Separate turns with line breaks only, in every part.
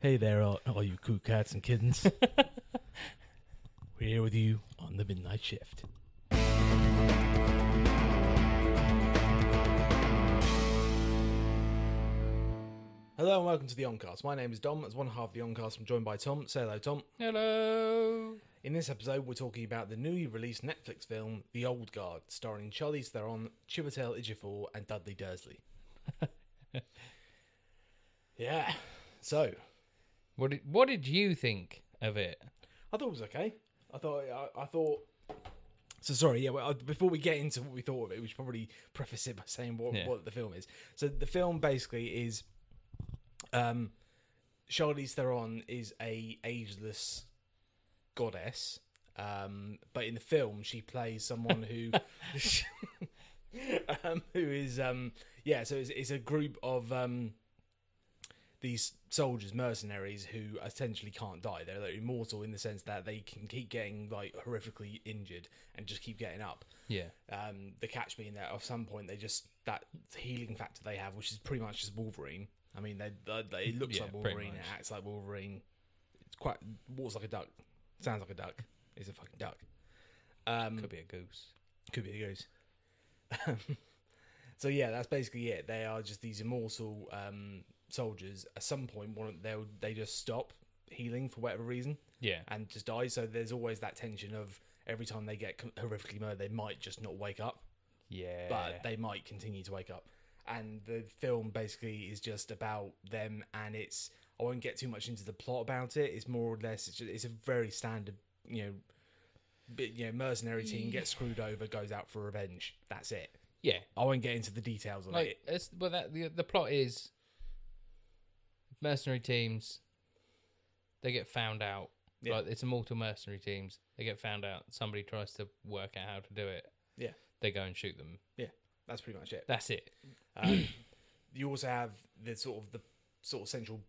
Hey there, all, all you cool cats and kittens. We're here with you on the midnight shift. Hello and welcome to the Oncast. My name is Dom. As one half of the Oncast, I'm joined by Tom. Say hello, Tom.
Hello.
In this episode, we're talking about the newly released Netflix film The Old Guard, starring Charlize Theron, Chiwetel Ejiofor, and Dudley Dursley. yeah. So,
What did What did you think of it?
I thought it was okay. I thought I, I thought. So sorry, yeah. Well, I- before we get into what we thought of it, we should probably preface it by saying what,
Yeah.
what the film is. So the film basically is, um, Charlize Theron is a ageless goddess, um, but in the film she plays someone who, um, who is um, yeah. So it's, it's a group of um, these soldiers, mercenaries who essentially can't die. They're like, immortal in the sense that they can keep getting like horrifically injured and just keep getting up.
Yeah.
Um, the catch being that at some point they just that healing factor they have, which is pretty much just Wolverine. I mean, they, they, they it looks
Yeah,
like
pretty
Wolverine, it
much.
acts like Wolverine. It's quite walks like a duck, sounds like a duck. It's a fucking duck. Um,
Could be a goose.
could be the goose. so yeah, that's basically it. They are just these immortal um, soldiers. At some point, one of- they'll they just stop healing for whatever reason
Yeah.
and just die. So there's always that tension of every time they get horrifically murdered, they might just not wake up
Yeah.
but they might continue to wake up. And the film basically is just about them, and it's I won't get too much into the plot about it. It's more or less it's, just, it's a very standard, you know, bit, you know, mercenary team gets screwed over, goes out for revenge. That's it.
yeah.
I won't get into the details of
Like
it.
it's well that the the plot is mercenary teams they get found out.
Yeah.
Like it's immortal mercenary teams. They get found out. Somebody tries to work out how to do it.
Yeah.
They go and shoot them.
Yeah, that's pretty much it.
That's it.
Um, you also have the sort of the sort of central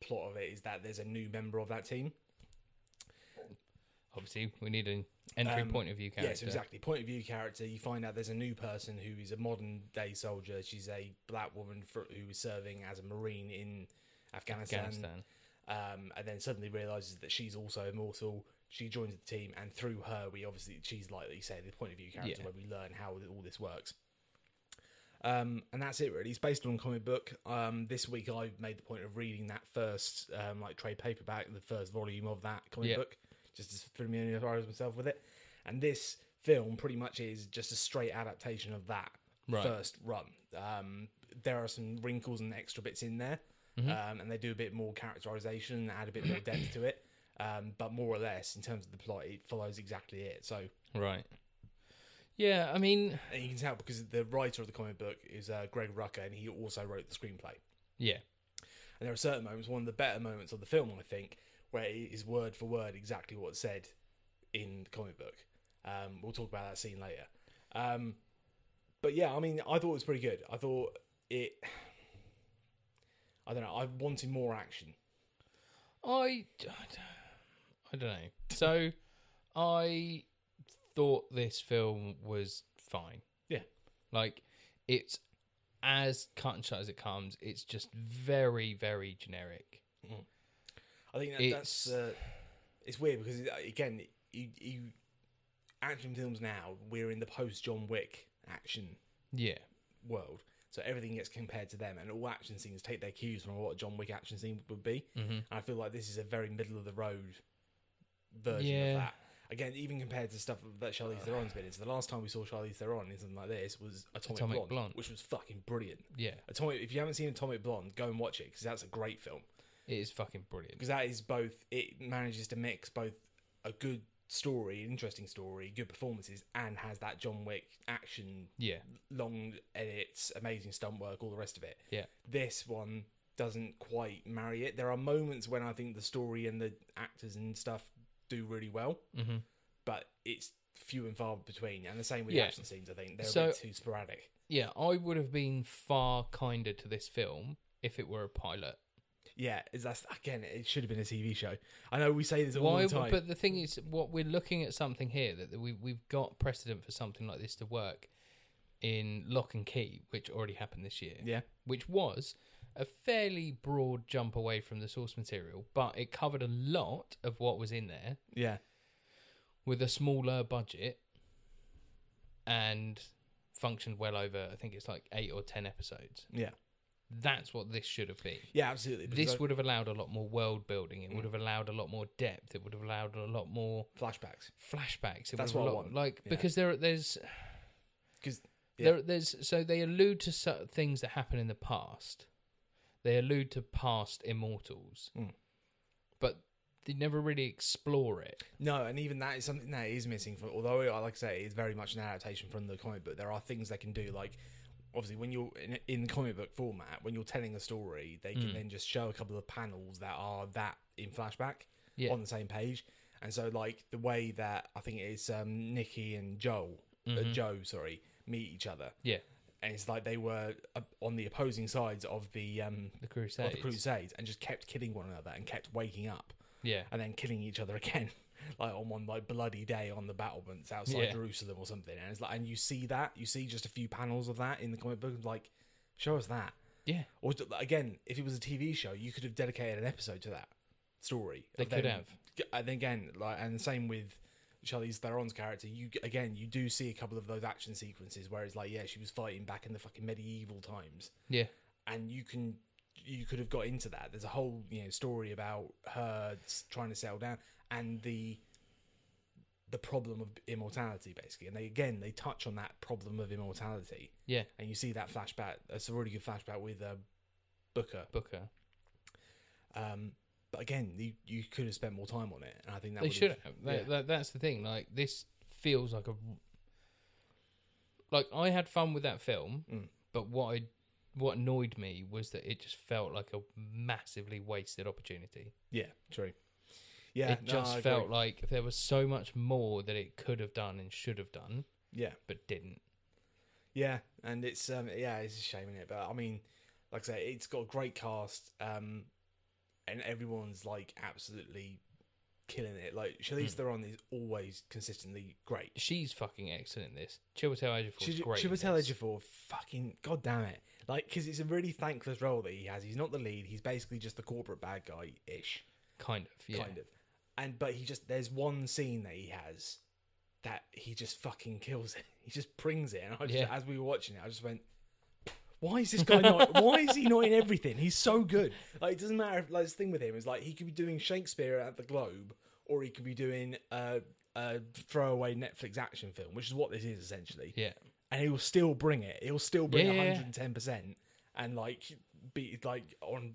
plot of it is that there's a new member of that team.
Obviously, we need an entry
Um,
point of view character.
Yes, exactly. Point of view character. You find out there's a new person who is a modern day soldier. She's a black woman fr- who was serving as a marine in Afghanistan,
Afghanistan.
Um, and then suddenly realizes that she's also immortal. She joins the team, and through her, we obviously she's like you say the point of view character
Yeah.
where we learn how all this works. Um, and that's it really. It's based on a comic book. Um, this week I made the point of reading that first um, like trade paperback, the first volume of that comic
Yeah.
book, just to familiarise myself with it. And this film pretty much is just a straight adaptation of that
Right.
first run. Um, there are some wrinkles and extra bits in there,
Mm-hmm.
um, and they do a bit more characterisation and add a bit more depth to it. Um, but more or less, in terms of the plot, it follows exactly it. So
Right. Yeah, I mean,
and you can tell because the writer of the comic book is uh, Greg Rucka, and he also wrote the screenplay.
yeah.
And there are certain moments, one of the better moments of the film, I think, where it is word for word exactly what's said in the comic book. Um, we'll talk about that scene later. Um, but yeah, I mean, I thought it was pretty good. I thought it. I don't know. I wanted more action.
I, I don't know. So I thought this film was fine.
Yeah.
Like it's as cut and shut as it comes. It's just very, very generic.
I think that, that's uh, it's weird because uh, again, you, you action films now we're in the post John Wick action
Yeah.
world. So everything gets compared to them, and all action scenes take their cues from what a John Wick action scene would be.
Mm-hmm.
And I feel like this is a very middle of the road version
Yeah.
of that. Again, even compared to stuff that Charlize Theron's been in. So the last time we saw Charlize Theron in something like this was Atomic,
Atomic
Blonde,
Blonde.
which was fucking brilliant.
Yeah.
Atomic. If you haven't seen Atomic Blonde, go and watch it because that's a great film.
It is fucking brilliant.
Because that is both. It manages to mix both a good story, an interesting story, good performances, and has that John Wick action
Yeah.
long edits, amazing stunt work, all the rest of it.
Yeah.
This one doesn't quite marry it. There are moments when I think the story and the actors and stuff do really well,
hmm
but it's few and far between. And the same with the
Yeah.
action scenes, I think. They're a
So-
bit too sporadic.
Yeah. I would have been far kinder to this film if it were a pilot.
Yeah, is that's again, it should have been a TV show. I know we say this all
Why?
the time.
But the thing is, what we're looking at something here that we we've got precedent for something like this to work in Lock and Key, which already happened this year.
yeah.
which was a fairly broad jump away from the source material, but it covered a lot of what was in there
Yeah.
with a smaller budget and functioned well over I think it's like 8 or 10 episodes.
Yeah.
That's what this should have been.
Yeah, absolutely. because
This
I- Mm.
would have allowed a lot more world building. It would have allowed a lot more depth. It would have allowed a lot more
flashbacks.
flashbacks. It
That's
would have
what I
a lot,
want.
Like
Yeah.
because there there's
Because Yeah.
there there's so they allude to so- things that happen in the past. They allude to past immortals,
Mm.
but they never really explore it.
no, and even that is something that is missing from. Although, I like I say, it's very much an adaptation from the comic book. There are things they can do, like obviously when you're in, in comic book format, when you're telling a story, they
Hmm.
can then just show a couple of panels that are that in flashback
Yeah.
on the same page. And so, like the way that I think it is um, Nikki and Joel, uh, Joe, sorry, meet each other,
Mm-hmm. Yeah,
and it's like they were uh, on the opposing sides of the um,
the
of
Crusades.
the Crusades, and just kept killing one another and kept waking up.
Yeah,
and then killing each other again, like on one like bloody day on the battlements outside
Yeah.
Jerusalem or something. And it's like, and you see that, you see just a few panels of that in the comic book. Like, show us that.
yeah,
Or d- again, if it was a TV show, you could have dedicated an episode to that story.
They
of
could
them-
have.
And then again, like, and the same with Charlize Theron's character. You again, you do see a couple of those action sequences where it's like, yeah, she was fighting back in the fucking medieval times
yeah,
and you can you could have got into that. There's a whole you know story about her s- trying to settle down and the the problem of immortality basically. And they again they touch on that problem of immortality,
yeah.
and you see that flashback. It's a really good flashback with uh, Booker.
Booker.
Um, but again, you you could have spent more time on it, and I think that
They
would've-
should have. That,
yeah.
that, that's the thing. Like this feels like a like I had fun with that film,
Mm.
but what I what annoyed me was that it just felt like a massively wasted opportunity.
Yeah, true. Yeah,
it
no, I
just
agree.
felt like there was so much more that it could have done and should have done,
yeah.
but didn't.
Yeah, and it's um yeah, it's a shame in it, but I mean, like I say, it's got a great cast, um, and everyone's like absolutely killing it. Like Charlize
Hmm.
Theron is always consistently great.
She's fucking excellent in this. Chiwetel Ejiofor's
Should
great. in
Chiwetel
this.
Ejiofor, fucking god damn it! Like, because it's a really thankless role that he has. He's not the lead. He's basically just the corporate bad guy ish,
kind of, yeah.
kind of. And but he just there's one scene that he has that he just fucking kills it. He just brings it, and I just,
Yeah.
as we were watching it, I just went, why is this guy not why is he not in everything he's so good like it doesn't matter if like this thing with him is like he could be doing shakespeare at the globe or he could be doing a, a throwaway netflix action film which is what this is essentially
Yeah,
and he'll still bring it he'll still bring
Yeah, yeah, yeah.
110% and like be like on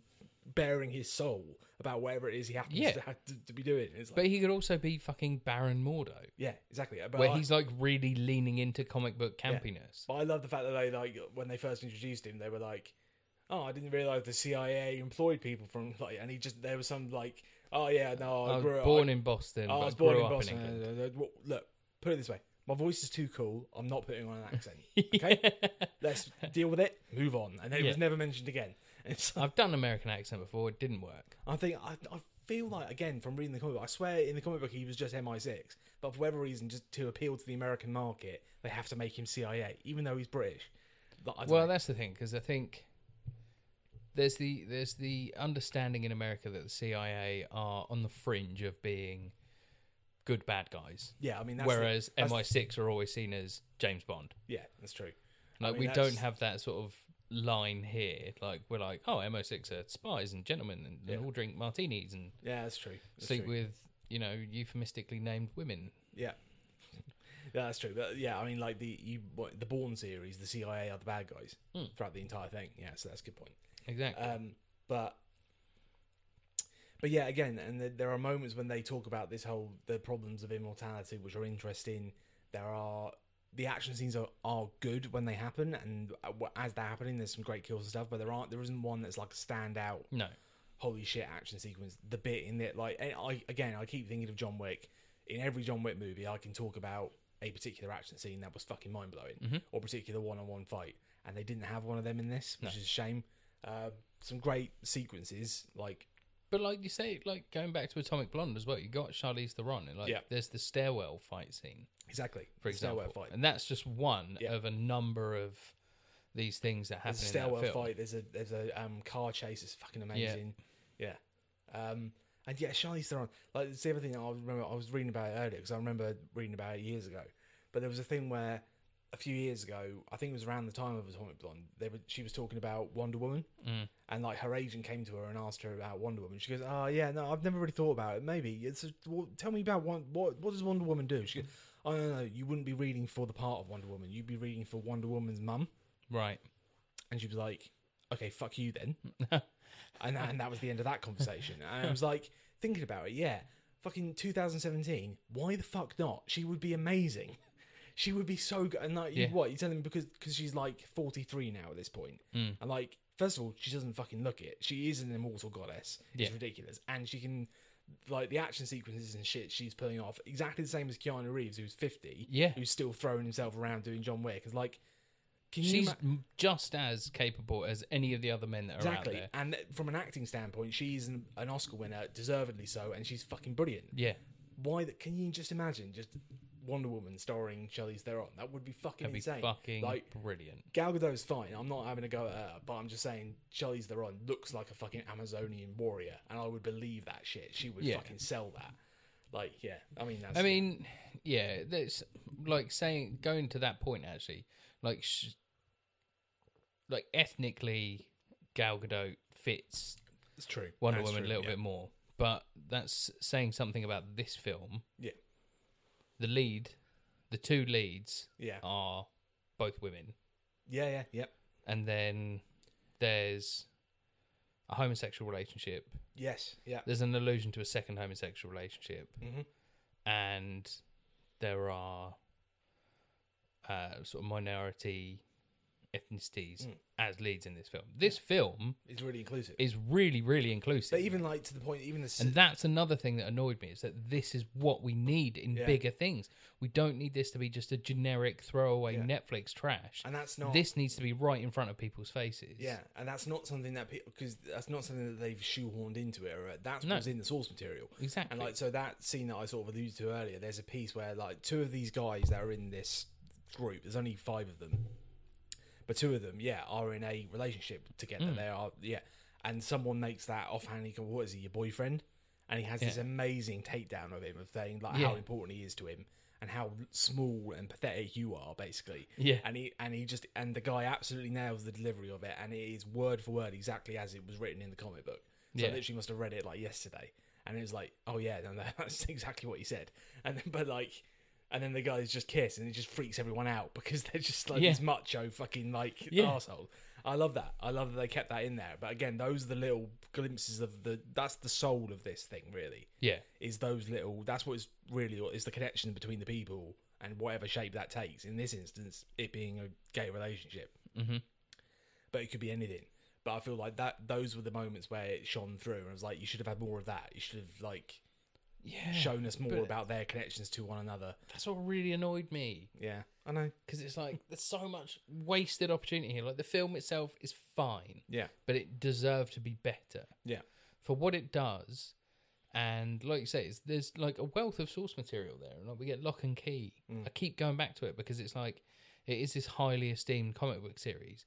bearing his soul about whatever it is he happens
Yeah.
to, have to, to be doing it's like
but he could also be fucking Baron Mordo,
yeah exactly but
where
I-
he's like really leaning into comic book campiness.
But I love the fact that they like when they first introduced him, they were like, "Oh, I didn't realize the CIA employed people from like," and he just there was some like, "Oh yeah, no, I,
I was
grew
born
up,
in Boston.
I,
but
I was born
grew
in
up
Boston."
In England.
Uh, uh, uh, Look, put it this way: my voice is too cool. I'm not putting on an accent. Okay, let's deal with it. Move on, and then it was
Yeah.
never mentioned again. And so
I've done American accent before. It didn't work.
I think I, I feel like again from reading the comic book, I swear in the comic book he was just MI6, but for whatever reason, just to appeal to the American market, they have to make him CIA, even though he's British. Like, I don't
Well,
know.
that's the thing because I think there's the there's the understanding in America that the CIA are on the fringe of being good bad guys,
Yeah, I mean, that's the-
whereas
that's-
MI6 are always seen as James Bond.
yeah, that's true.
Like
mean,
we
that's-
don't have that sort of line here. Like we're like, oh, MI6 are spies and gentlemen and, and all drink martinis and
Yeah, that's true. That's
sleep
true.
with you know euphemistically named women.
Yeah. Yeah, that's true. But yeah, I mean, like the you, what, the Bourne series, the CIA are the bad guys throughout the entire thing. Yeah, so that's a good point.
Exactly.
Um, but but yeah, again, and the, there are moments when they talk about this whole the problems of immortality, which are interesting. There are the action scenes are, are good when they happen, and uh, wh- as they're happening, there's some great kills and stuff. But there aren't there isn't one that's like a standout
no.
holy shit action sequence the bit in it like and i again i keep thinking of john wick in every john wick movie i can talk about a particular action scene that was fucking mind-blowing
Mm-hmm.
or particular one-on-one fight and they didn't have one of them in this which is a shame uh, some great sequences like
But like you say, like going back to Atomic Blonde as well, you got Charlize Theron, and like
Yeah.
there's the stairwell fight scene,
exactly
for
the stairwell
example,
fight
and that's just one
Yeah.
of a number of these things that happen
There's a
in that
stairwell
film.
fight. There's a there's a um, car chase. It's fucking amazing. Yeah. Um, and yeah, Charlize Theron. Like it's the other thing I remember. I was reading about it earlier because I remember reading about it years ago. But there was a thing where a few years ago, I think it was around the time of Atomic Blonde, they were, she was talking about Wonder Woman,
Mm.
and like her agent came to her and asked her about Wonder Woman. She goes, "Oh yeah, no, I've never really thought about it. Maybe it's a, well, tell me about one, what what does Wonder Woman do?" She goes, "Oh no, no, you wouldn't be reading for the part of Wonder Woman. You'd be reading for Wonder Woman's mum."
Right.
And she was like, okay, fuck you then. and, that, and that was the end of that conversation. And I was like, thinking about it, yeah, fucking 2017, why the fuck not? She would be amazing. She would be so good. And like,
Yeah.
you, what? You're telling me because cause she's like 43 now at this point.
Mm.
And like, first of all, she doesn't fucking look it. She is an immortal goddess. It's
Yeah.
ridiculous. And she can, like, the action sequences and shit she's pulling off, exactly the same as Keanu Reeves, who's 50.
Yeah.
Who's still throwing himself around doing John Wick. It's like, can you
She's
ma-
m just as capable as any of the other men that are out
Exactly.
there.
And th- from an acting standpoint, she's an, an Oscar winner, deservedly so, and she's fucking brilliant.
Yeah.
Why? The, can you just imagine just Wonder Woman starring Charlize Theron? That would be fucking
That'd be
insane.
fucking
Like
brilliant.
Gal Gadot's fine. I'm not having a go at her, but I'm just saying Charlize Theron looks like a fucking Amazonian warrior, and I would believe that shit. She would
Yeah.
fucking sell that. Like, yeah. I mean, that's
I mean, yeah, that's like saying going to that point actually, like, sh- like ethnically, Gal Gadot fits
it's true.
Wonder
That's
Woman
true,
a little
yeah.
bit more, but that's saying something about this film.
Yeah.
The lead, the two leads
Yeah.
are both women,
Yeah. Yeah. Yep.
and then there's a homosexual relationship.
Yes. Yeah.
There's an allusion to a second homosexual relationship,
Mhm.
and there are uh, sort of minority ethnicities
Mm.
as leads in this film. This film
It's really inclusive.
is really, really inclusive.
but even like to the point, even the s-
And that's another thing that annoyed me is that this is what we need in
Yeah.
bigger things. We don't need this to be just a generic throwaway
Yeah.
Netflix trash.
and that's not
This needs to be right in front of people's faces.
Yeah, and that's not something that people because that's not something that they've shoehorned into it. Or that's
No.
what's in the source material.
Exactly.
And like so that scene that I sort of alluded to earlier, there's a piece where like two of these guys that are in this group. There's only five of them, but two of them, yeah, are in a relationship together.
Mm.
They are, yeah. And someone makes that offhand. He goes, "What is he? Your boyfriend?" And he has this
Yeah.
amazing takedown of him of saying like how
Yeah.
important he is to him and how small and pathetic you are, basically.
Yeah.
And he and he just and the guy absolutely nails the delivery of it, and it is word for word exactly as it was written in the comic book. So
Yeah.
I literally must have read it like yesterday, and it was like, oh yeah, no, no, that's exactly what he said. And then, but like, and then the guys just kiss, and it just freaks everyone out because they're just like
Yeah.
this macho fucking like
Yeah.
asshole. I love that. I love that they kept that in there. But again, those are the little glimpses of the. That's the soul of this thing, really
Yeah.
is those little that's what is really is the connection between the people and whatever shape that takes in this instance it being a gay relationship
Mhm.
but it could be anything but i feel like that those were the moments where it shone through and i was like you should have had more of that you should have like
Yeah.
shown us more
but-
about their connections to one another
That's what really annoyed me
yeah i know
because it's like there's so much wasted opportunity here. Like the film itself is fine,
yeah
but it deserved to be better
yeah
for what it does. And like you say, it's, there's like a wealth of source material there. And like we get Lock and Key. I keep going back to it because it's like it is this highly esteemed comic book series.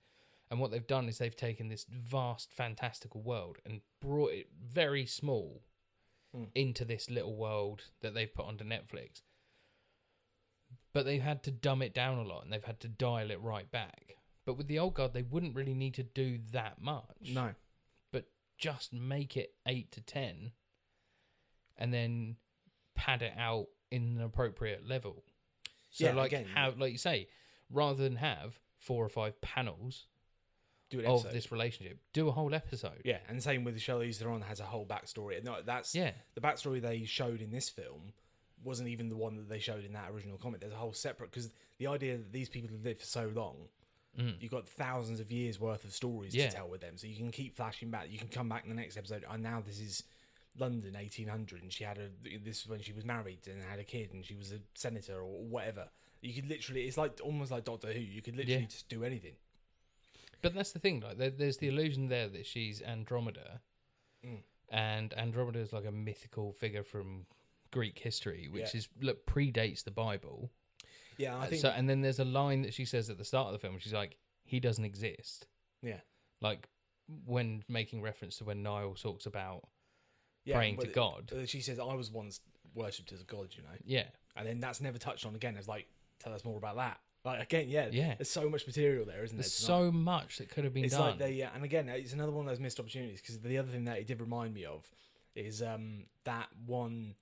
And what they've done is they've taken this vast, fantastical world and brought it very small into this little world that they've put onto Netflix. But they've had to dumb it down a lot and they've had to dial it right back. But with the old guard, they wouldn't really need to do that much
no
but just make it eight to ten and then pad it out in an appropriate level. So
Yeah,
like
again,
have like you say, rather than have four or five panels
do an
of
episode.
this relationship, do a whole episode.
Yeah, and same with Charlize Theron has a whole backstory. No, that's
Yeah.
The backstory they showed in this film wasn't even the one that they showed in that original comic. There's a whole separate because the idea that these people have lived for so long, you've got thousands of years worth of stories
Mm. Yeah.
to tell with them. So you can keep flashing back. You can come back in the next episode. And now this is London, 1800, and she had a this is when she was married and had a kid, and she was a senator or whatever. You could literally, it's like almost like Doctor Who. You could literally
Yeah.
just do anything.
But that's the thing, like there, there's the illusion there that she's Andromeda.
Mm.
And Andromeda is like a mythical figure from Greek history, which
Yeah.
is look predates the Bible.
Yeah, I think
Uh, so, and then there's a line that she says at the start of the film. She's like, he doesn't exist.
Yeah.
Like when making reference to when Niall talks about
yeah,
praying
but
to
it-
God.
uh, She says, I was once worshipped as a god, you know.
Yeah,
And then that's never touched on again. It's like, tell us more about that. Like, again, yeah,
Yeah.
there's so much material there, isn't
there's
there? tonight?
so much that could have been
it's
done.
like they, yeah, and again, it's another one of those missed opportunities because the other thing that it did remind me of is um, that one,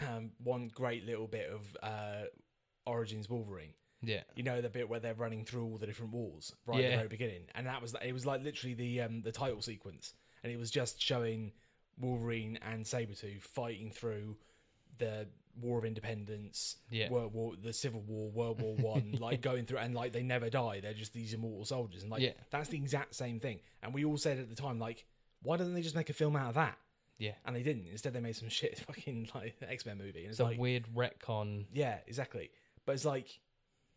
um, one great little bit of uh, Origins Wolverine.
yeah,
You know the bit where they're running through all the different walls right at
Yeah.
the very beginning, and that was it was like literally the um, the title sequence, and it was just showing Wolverine and Sabretooth fighting through the War of Independence,
Yeah.
World War, the Civil War, World War One, like going through, and like they never die; they're just these immortal soldiers, and like
Yeah.
that's the exact same thing. And we all said at the time, like, why didn't they just make a film out of that?
Yeah.
and they didn't. Instead, they made some shit fucking like X Men movie, and it's
some
like
weird retcon.
yeah, exactly. But it's like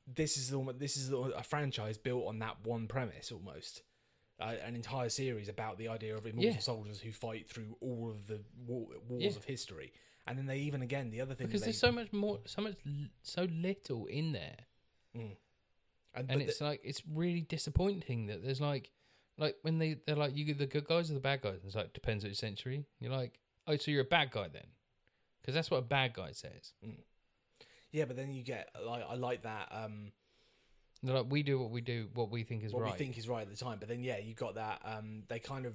this is almost this is a franchise built on that one premise almost. Uh, an entire series about the idea of immortal
Yeah.
soldiers who fight through all of the war, wars
Yeah.
of history, and then they even again the other thing
Because
they,
there's so much more, so much, l- so little in there,
and,
and
but
it's like it's really disappointing that there's like, like when they they're like you the good guys or the bad guys, and it's like depends which century. You're like, oh, so you're a bad guy then, because that's what a bad guy says.
the- yeah, but then you get like I like that um,
They're like, we do what we do, what we think is
what
right.
we think is right at the time, but then yeah, you got that um, they kind of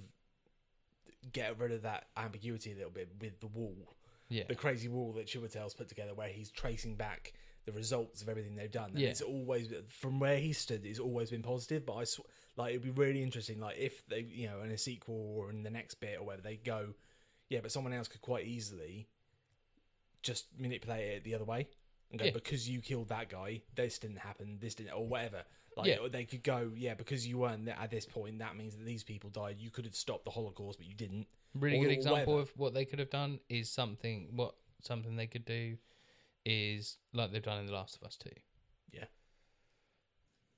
get rid of that ambiguity a little bit with the wall
yeah,
the crazy wall that Chiwetel's put together, where he's tracing back the results of everything they've done. And
Yeah.
it's always from where he stood. It's always been positive, but I sw- like it'd be really interesting. Like if they, you know, in a sequel or in the next bit or whatever, they go, yeah, but someone else could quite easily just manipulate it the other way and go
Yeah.
because you killed that guy, this didn't happen, this didn't, or whatever. Like
Yeah.
or they could go, yeah, because you weren't there at this point, that means that these people died. You could have stopped the Holocaust, but you didn't.
really
or
good
the
example
weather.
of what they could have done is something what something they could do is like they've done in The Last of Us Two.
Yeah.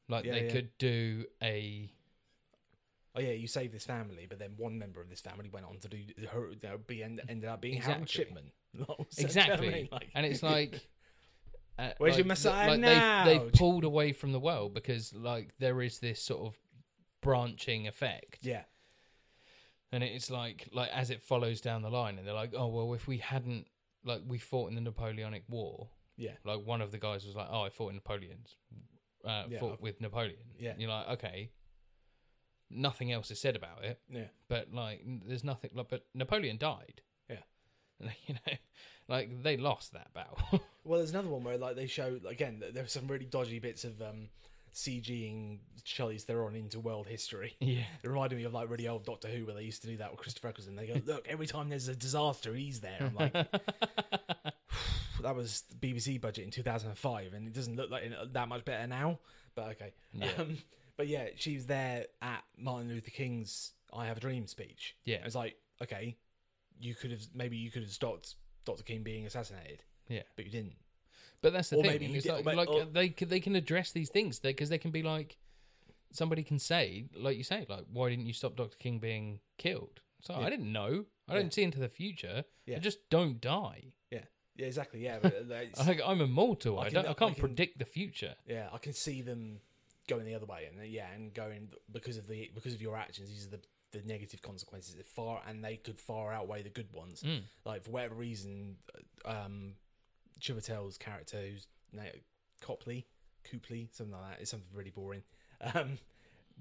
Like
Yeah,
they
yeah.
could do a
oh yeah, you saved this family, but then one member of this family went on to do her, you know, be end, ended up being Harold
Exactly.
Shipman. Like, so, do you know what I
exactly,
mean? Like-
and it's like. Uh,
Where's your
th-
Messiah
they've-
now?
They've, pulled away from the world because, like, there is this sort of branching effect,
yeah,
and it's like, like as it follows down the line, and they're like, oh well, if we hadn't, like, we fought in the Napoleonic War,
yeah,
like one of the guys was like, "Oh, I fought in Napoleon's, uh,
Yeah,
fought
I've-
with Napoleon."
Yeah.
And you're like, okay. Nothing else is said about it,
yeah,
but like, n- there's nothing. Like, but Napoleon died.
Yeah.
you know, like they lost that battle.
Well, there's another one where like they show again. th- There were some really dodgy bits of um, CGing Charlize Theron into world history.
yeah,
It reminded me of like really old Doctor Who, where they used to do that with Christopher Eccleston. They go, "Look, every time there's a disaster, he's there." I'm like, that was the BBC budget in 2005, and it doesn't look like it- uh, that much better now. But okay,
Yeah.
Um, but yeah, she was there at Martin Luther King's "I Have a Dream" speech.
Yeah.
it's like okay, you could have maybe you could have stopped Dr. King being assassinated,
yeah.
but you didn't.
But that's the
Or
thing.
maybe you
it's
did-
like,
or may-
like
or-
they can, they can address these things because they can be like, somebody can say, like you say, like, why didn't you stop Dr. King being killed? So I didn't know. I don't see into the future.
Yeah.
I just don't die.
Yeah, yeah, exactly. Yeah, but uh, it's-
Like I'm immortal. I,
I can-
don't. I
I
can't
can-
predict the future.
Yeah, I can see them going the other way, and yeah, and going because of the because of your actions. These are the the negative consequences that far, and they could far outweigh the good ones. Like for whatever reason, um, Chiwetel's character, who's now Copley, Copley, something like that, is something really boring. Um,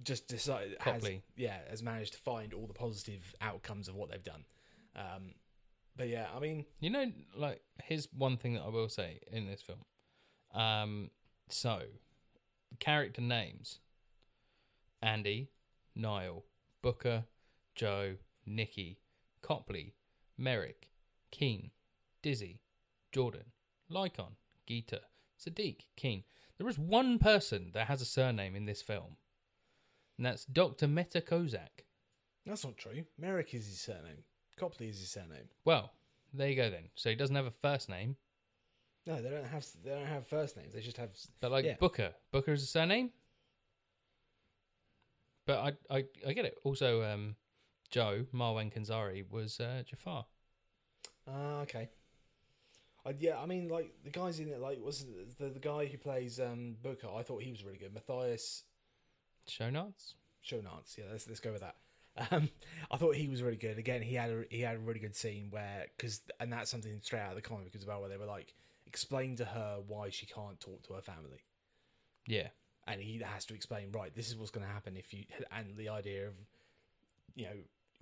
just decided, has,
Copley.
yeah, has managed to find all the positive outcomes of what they've done. Um, but yeah, I mean,
You know, like here's one thing that I will say in this film. Um, so character names: Andy, Niall, Booker, Joe, Nikki, Copley, Merrick, Keen, Dizzy, Jordan, Lycon, Geeta, Sadiq, Keen. There is one person that has a surname in this film, and that's Doctor Meta Kozak.
that's not true. Merrick is his surname. Copley is his surname.
Well, there you go then. So he doesn't have a first name.
No, they don't have they don't have first names. They just have
But like
Yeah.
Booker, Booker is a surname. But I, I, I get it. Also, um, Joe Marwan Kanzari was uh, Jafar.
Ah, okay. I, yeah, I mean, like the guys in it, like was the the guy who plays um, Booker? I thought he was really good. Matthias
Show notes.
Shonance. Yeah, let's let's go with that. Um, I thought he was really good. Again, he had a he had a really good scene where because and that's something straight out of the comic as well, where they were like explain to her why she can't talk to her family,
Yeah.
and he has to explain right. This is what's going to happen if you and the idea of you know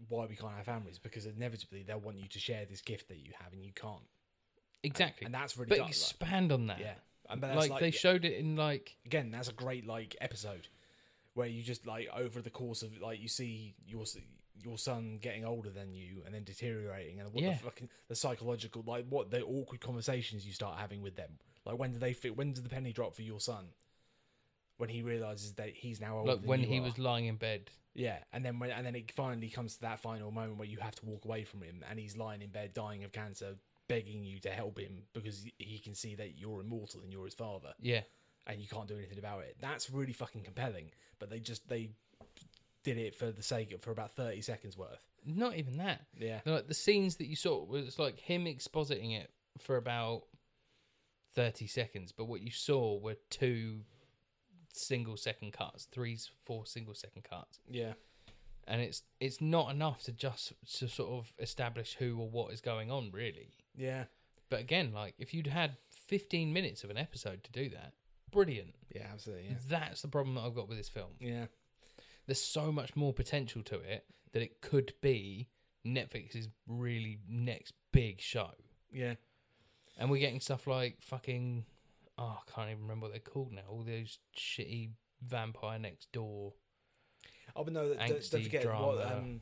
why we can't have families because inevitably they'll want you to share this gift that you have and you can't.
Exactly.
and that's really
but
dark, like-
expand on that.
Yeah, and but that's
Like,
like,
they showed it in like
again, that's a great like episode where you just like over the course of like you see your s- your son getting older than you and then deteriorating and what
Yeah.
the fucking the psychological like what the awkward conversations you start having with them. Like when do they fit? When does the penny drop for your son? When he realizes that he's now older.
like
than
when
you
he
are.
was lying in bed.
yeah, and then when and then it finally comes to that final moment where you have to walk away from him and he's lying in bed dying of cancer, begging you to help him because he can see that you're immortal and you're his father
Yeah.
and you can't do anything about it. That's really fucking compelling. But they just they did it for the sake of for about thirty seconds worth.
Not even that.
Yeah,
Like the scenes that you saw was like him expositing it for about thirty seconds, but what you saw were two single second cuts, three, four single second cuts,
yeah,
and it's it's not enough to just to sort of establish who or what is going on really.
yeah,
But again, like if you'd had fifteen minutes of an episode to do that, brilliant.
yeah, absolutely,
That's the problem that I've got with this film.
yeah, yeah,
There's so much more potential to it that it could be Netflix's really next big show.
yeah.
And we're getting stuff like fucking oh, I can't even remember what they're called now. All those shitty vampire next door.
Oh, but no, th- don't, don't
Angsty
forget what
drama.
um,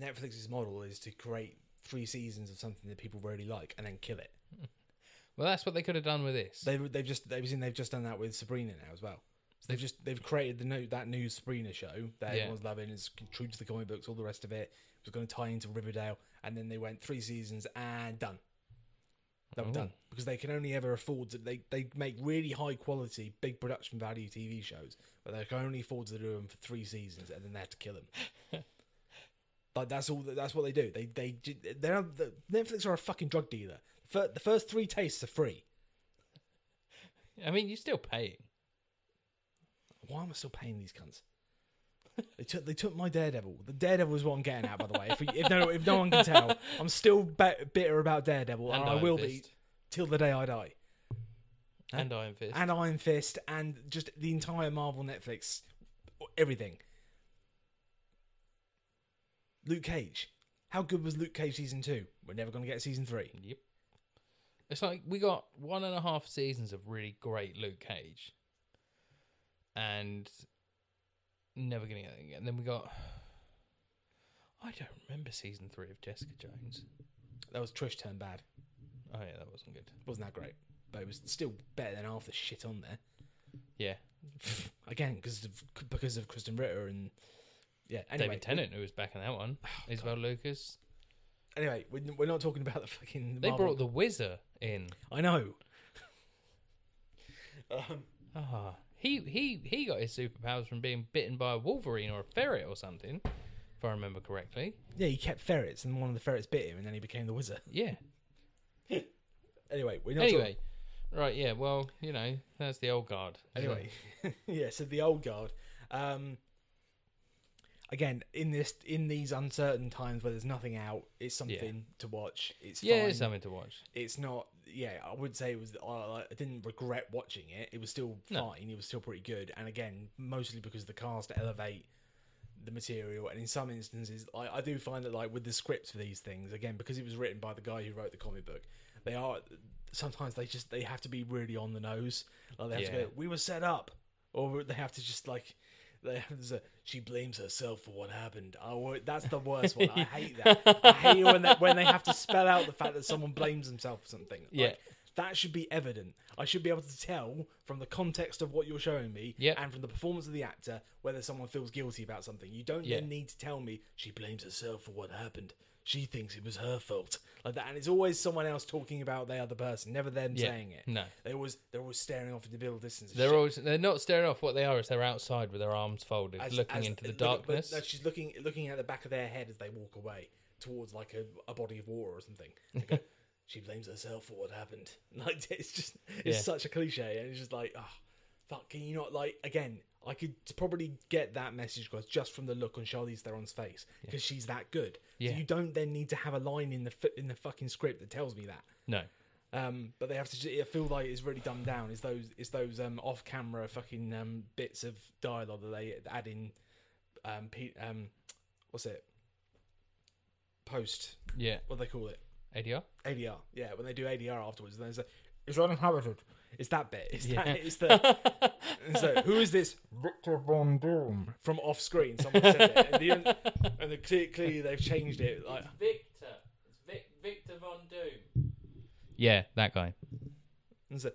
Netflix's model is to create three seasons of something that people really like and then kill it.
Well, that's what they could have done with this.
They they've just they've seen they've just done that with Sabrina now as well. So they've just they've created the new that new Sabrina show that
Yeah.
everyone's loving. It's true to the comic books, all the rest of it. It was going to tie into Riverdale, and then they went three seasons and done. They were
Oh.
done because they can only ever afford to. They they make really high quality, big production value TV shows, but they can only afford to do them for three seasons, and then they have to kill them. Like that's all. That's what they do. They they ju- they're the, Netflix are a fucking drug dealer. Fir- The first three tastes are free.
I mean, you're still paying.
Why am I still paying these cunts? They took they took my Daredevil. The Daredevil is what I'm getting at, by the way. If, we, if no if no one can tell, I'm still ba- bitter about Daredevil, and,
And
I
Iron
will
Fist.
be till the day I die.
And Iron Fist.
And Iron Fist, and just the entire Marvel Netflix, everything. Luke Cage. How good was Luke Cage season two? We're never going to get season three.
Yep. It's like we got one and a half seasons of really great Luke Cage, and never gonna get it again. Then we got. I don't remember season three of Jessica Jones.
That was Trish turned bad.
Oh yeah, that wasn't good.
Wasn't that great? But it was still better than half the shit on there.
Yeah,
Again, because of because of Kristen Ritter and yeah. Anyway, Oh,
David Tennant, who was back in that one, Isabel Lucas.
anyway, we're, we're not talking about the fucking.
They
Marvel-
brought the Wizard in.
I know. um,
Ah, he he he got his superpowers from being bitten by a wolverine or a ferret or something, if I remember correctly.
yeah, he kept ferrets, and one of the ferrets bit him, and then he became the wizard.
Yeah.
Anyway, we're not
Anyway, right? Yeah. Well, you know, that's the old guard.
Talking, anyway, yeah. So the old guard. Um, again, in this in these uncertain times where there's nothing out, it's something to watch. It's
Yeah,
fine.
it's something to watch.
it's not yeah i wouldn't say it was i I didn't regret watching it it was still
No.
fine it was still pretty good and again mostly because the cast elevate the material and in some instances i, I do find that like with the scripts for these things again because it was written by the guy who wrote the comic book they are sometimes they just they have to be really on the nose like they have to
Yeah.
go we were set up or they have to just like they have there's a, she blames herself for what happened. Oh, that's the worst one. I hate that. I hate it when they, when they have to spell out the fact that someone blames themselves for something. Like,
Yeah.
that should be evident. I should be able to tell from the context of what you're showing me
Yep.
and from the performance of the actor whether someone feels guilty about something. You don't
Yeah.
then need to tell me she blames herself for what happened. She thinks it was her fault. Like that. And it's always someone else talking about the other person, never them
Yeah.
saying it.
No.
They always they're always staring off in the middle distance.
They're always they're not staring off. What they are is they're outside with their arms folded,
as-
looking
as-
into the
look- but
darkness.
no, she's looking looking at the back of their head as they walk away towards like a, a body of water or something. They go, she blames herself for what happened. Like it's just it's
Yeah.
"Ah, such a cliche, and it's just like, oh, fuck. Can you not like again? I could probably get that message across just from the look on Charlize Theron's face because she's that good.
Yeah.
So you don't then need to have a line in the fi- in the fucking script that tells me that.
No.
Um, but they have to. ju- I feel like it's really dumbed down. It's those. It's those um, off-camera fucking um, bits of dialogue that they add in. Um, P, um, what's it? Post.
Yeah.
What do they call it?
ADR.
ADR. Yeah, when they do ADR afterwards, then it's like it's uninhabited. It's that bit. It's
Yeah.
that. It's the. it's like, who is this
Victor Von Doom.
from off screen? Someone said it, and, the, and the, clear, clearly they've changed it. Like,
Victor. It's Vic, Victor Von Doom.
Yeah, that guy.
it's like,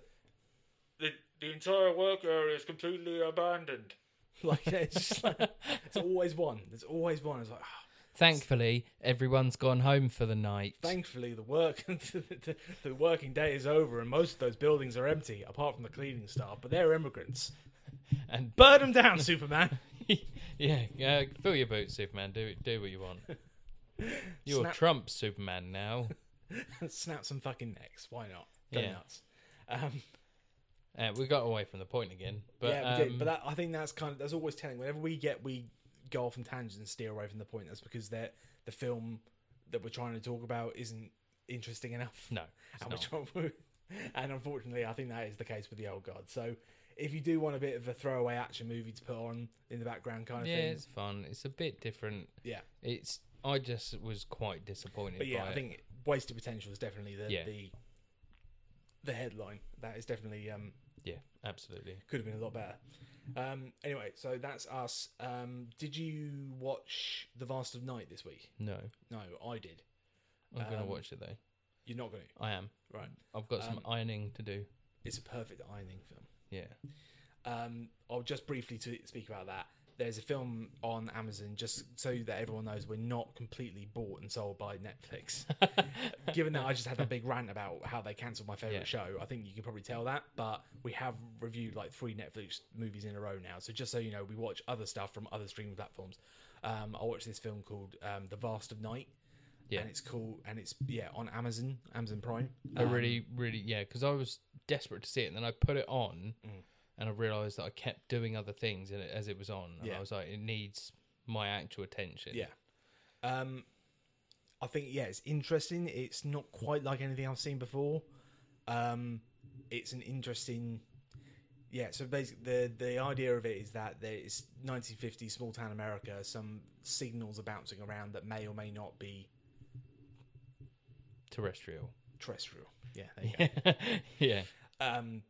The, the entire work area is completely abandoned.
like, yeah, it's just like it's always one. There's always one. It's like. ah.
Thankfully, everyone's gone home for the night.
Thankfully, the work the, the working day is over, and most of those buildings are empty, apart from the cleaning staff. But they're immigrants.
and
Burn them down, Superman.
yeah, yeah, fill your boots, Superman. Do do what you want. You're
Snap.
Trump Superman now.
Snap some fucking necks. Why not? Go
Yeah.
nuts. Um,
Uh, we got away from the point again, but
yeah, we
um,
did. But that, I think that's kind of that's always telling. Whenever we get we go off on tangents and steer away from the point, that's because that the film that we're trying to talk about isn't interesting enough.
no, it's
and,
not.
we're trying, and unfortunately, I think that is the case with the old god. So. If you do want a bit of a throwaway action movie to put on in the background, kind of
yeah,
thing,
it's fun. It's a bit different.
yeah,
It's I just was quite disappointed.
But yeah,
by
I
it.
think wasted potential is definitely the
Yeah.
the, the headline. That is definitely um,
yeah, absolutely.
could have been a lot better. Um, anyway, so that's us. Um, did you watch The Vast of Night this week?
No,
No, I did.
I'm gonna
Um,
watch it though.
You're not going to,
I am.
right?
I've got some
um,
ironing to do.
It's a perfect ironing film.
Yeah,
Um, I'll just briefly to speak about that. There's a film on Amazon, just so that everyone knows we're not completely bought and sold by Netflix. Given that I just had a big rant about how they cancelled my favourite show,
Yeah.
I think you can probably tell that. But we have reviewed like three Netflix movies in a row now. So just so you know, we watch other stuff from other streaming platforms. Um, I watched this film called um, The Vast of Night.
Yeah.
And it's cool. And it's, yeah, on Amazon, Amazon Prime.
I
Um,
really, really, yeah, because I was desperate to see it, and then I put it on,
Mm.
and I realised that I kept doing other things in it as it was on, and
Yeah.
I was like, it needs my actual attention.
Yeah. Um, I think yeah, it's interesting. It's not quite like anything I've seen before. Um, it's an interesting. Yeah, so basically, the the idea of it is that there is 1950s small town America. Some signals are bouncing around that may or may not be
terrestrial.
terrestrial. Yeah, there you go.
yeah,
um,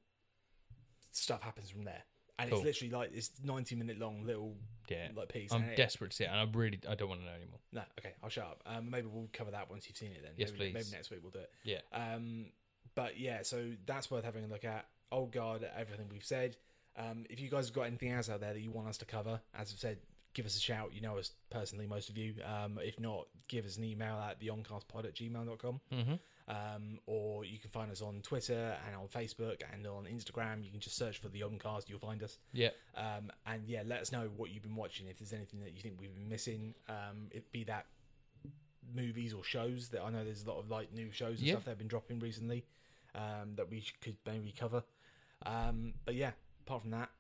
stuff happens from there, and
Cool.
it's literally like this 90 minute long little
yeah.
like piece.
I'm
and it-
desperate to see it, and I really, I don't want to know anymore.
No, okay, I'll shut up. Um, maybe we'll cover that once you've seen it then.
Yes,
maybe, Maybe
please.
next week we'll do it.
Yeah.
Um, but yeah, so that's worth having a look at. Oh God, everything we've said. Um, if you guys have got anything else out there that you want us to cover, as I've said, give us a shout. You know us personally, most of you. Um, if not, give us an email at theoncastpod at gmail.com.
Mm-hmm.
Um, or you can find us on Twitter and on Facebook and on Instagram. You can just search for The Oncast, you'll find us.
Yeah,
Um, and yeah, let us know what you've been watching. If there's anything that you think we've been missing, um, it be that movies or shows that I know there's a lot of like new shows and
Yeah.
stuff that have been dropping recently um, that we sh- could maybe cover. Um, but yeah, apart from that,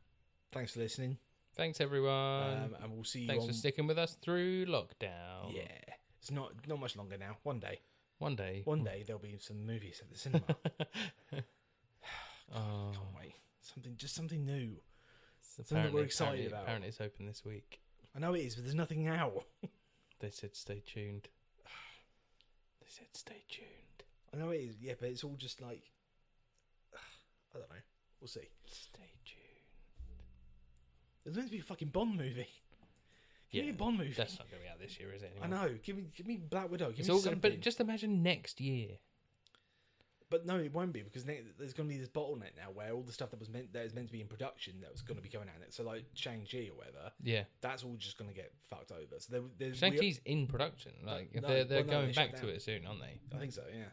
thanks for listening,
thanks everyone.
um, and we'll see you.
thanks
on,
for sticking with us through lockdown.
Yeah, it's not not much longer now. One day,
one day.
one day there'll be some movies at the cinema.
Oh,
Can't wait. Something just something new.
something
we're excited about.
Apparently, it's open this week.
I know it is, but there's nothing now.
They said stay tuned. They said stay tuned.
I know it is. Yeah, but it's all just like I don't know. We'll see.
Stay tuned.
There's meant to be a fucking Bond movie. Give me
Yeah,
a Bond movie.
That's not going to be out this year, is it?
I
Anymore?
know. Give me, give me Black Widow. Give
It's
me
all going
something.
to, but just imagine next year.
But no, it won't be because ne- there's going to be this bottleneck now where all the stuff that was meant that was meant to be in production that was going to be coming out next. So like Shang Chi or whatever,
Yeah,
that's all just going to get fucked over. So there, there's
shang
we-
in production. Like
no,
they're they're
well, no, they
going
shut
back to
down.
it soon, aren't they?
I think so. Yeah.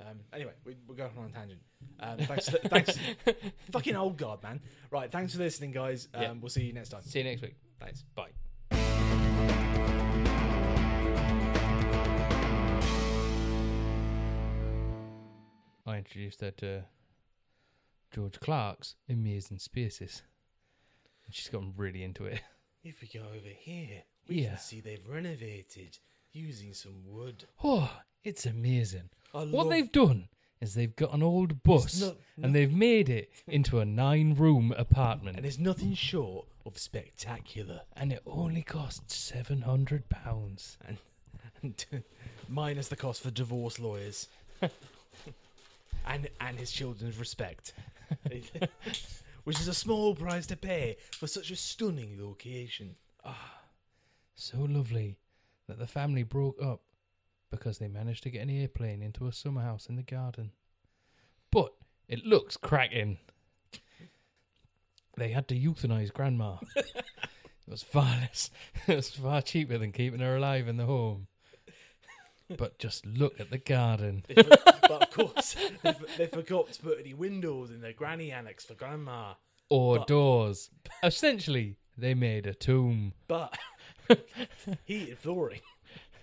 Um, anyway, we, we're going on a tangent. Um, thanks, for, thanks, fucking old guard, man. Right, thanks for listening, guys. Um,
Yeah.
We'll see you next time.
See you next week.
Thanks.
Bye. I introduced her to George Clark's in Mears and Spearses. She's gotten really into it.
If we go over here, we
Yeah.
can see they've renovated using some wood.
Oh, it's amazing.
I
What
love-
they've done is they've got an old bus
not-
and they've made it into a nine room apartment.
And
And,
there's nothing short of spectacular.
it only costs seven hundred pounds.
And, and minus the cost for divorce lawyers. and and his children's respect. Which is a small price to pay for such a stunning location.
So lovely that the family broke up because they managed to get an airplane into a summer house in the garden. But it looks cracking. They had to euthanize grandma. it was far less it was far cheaper than keeping her alive in the home. But just look at the garden.
They for- but of course, they, for- they forgot to put any windows in their granny annex for grandma.
or
But-
doors. Essentially, they made a tomb.
But heated flooring.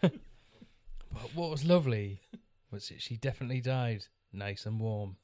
But what was lovely was that she definitely died nice and warm.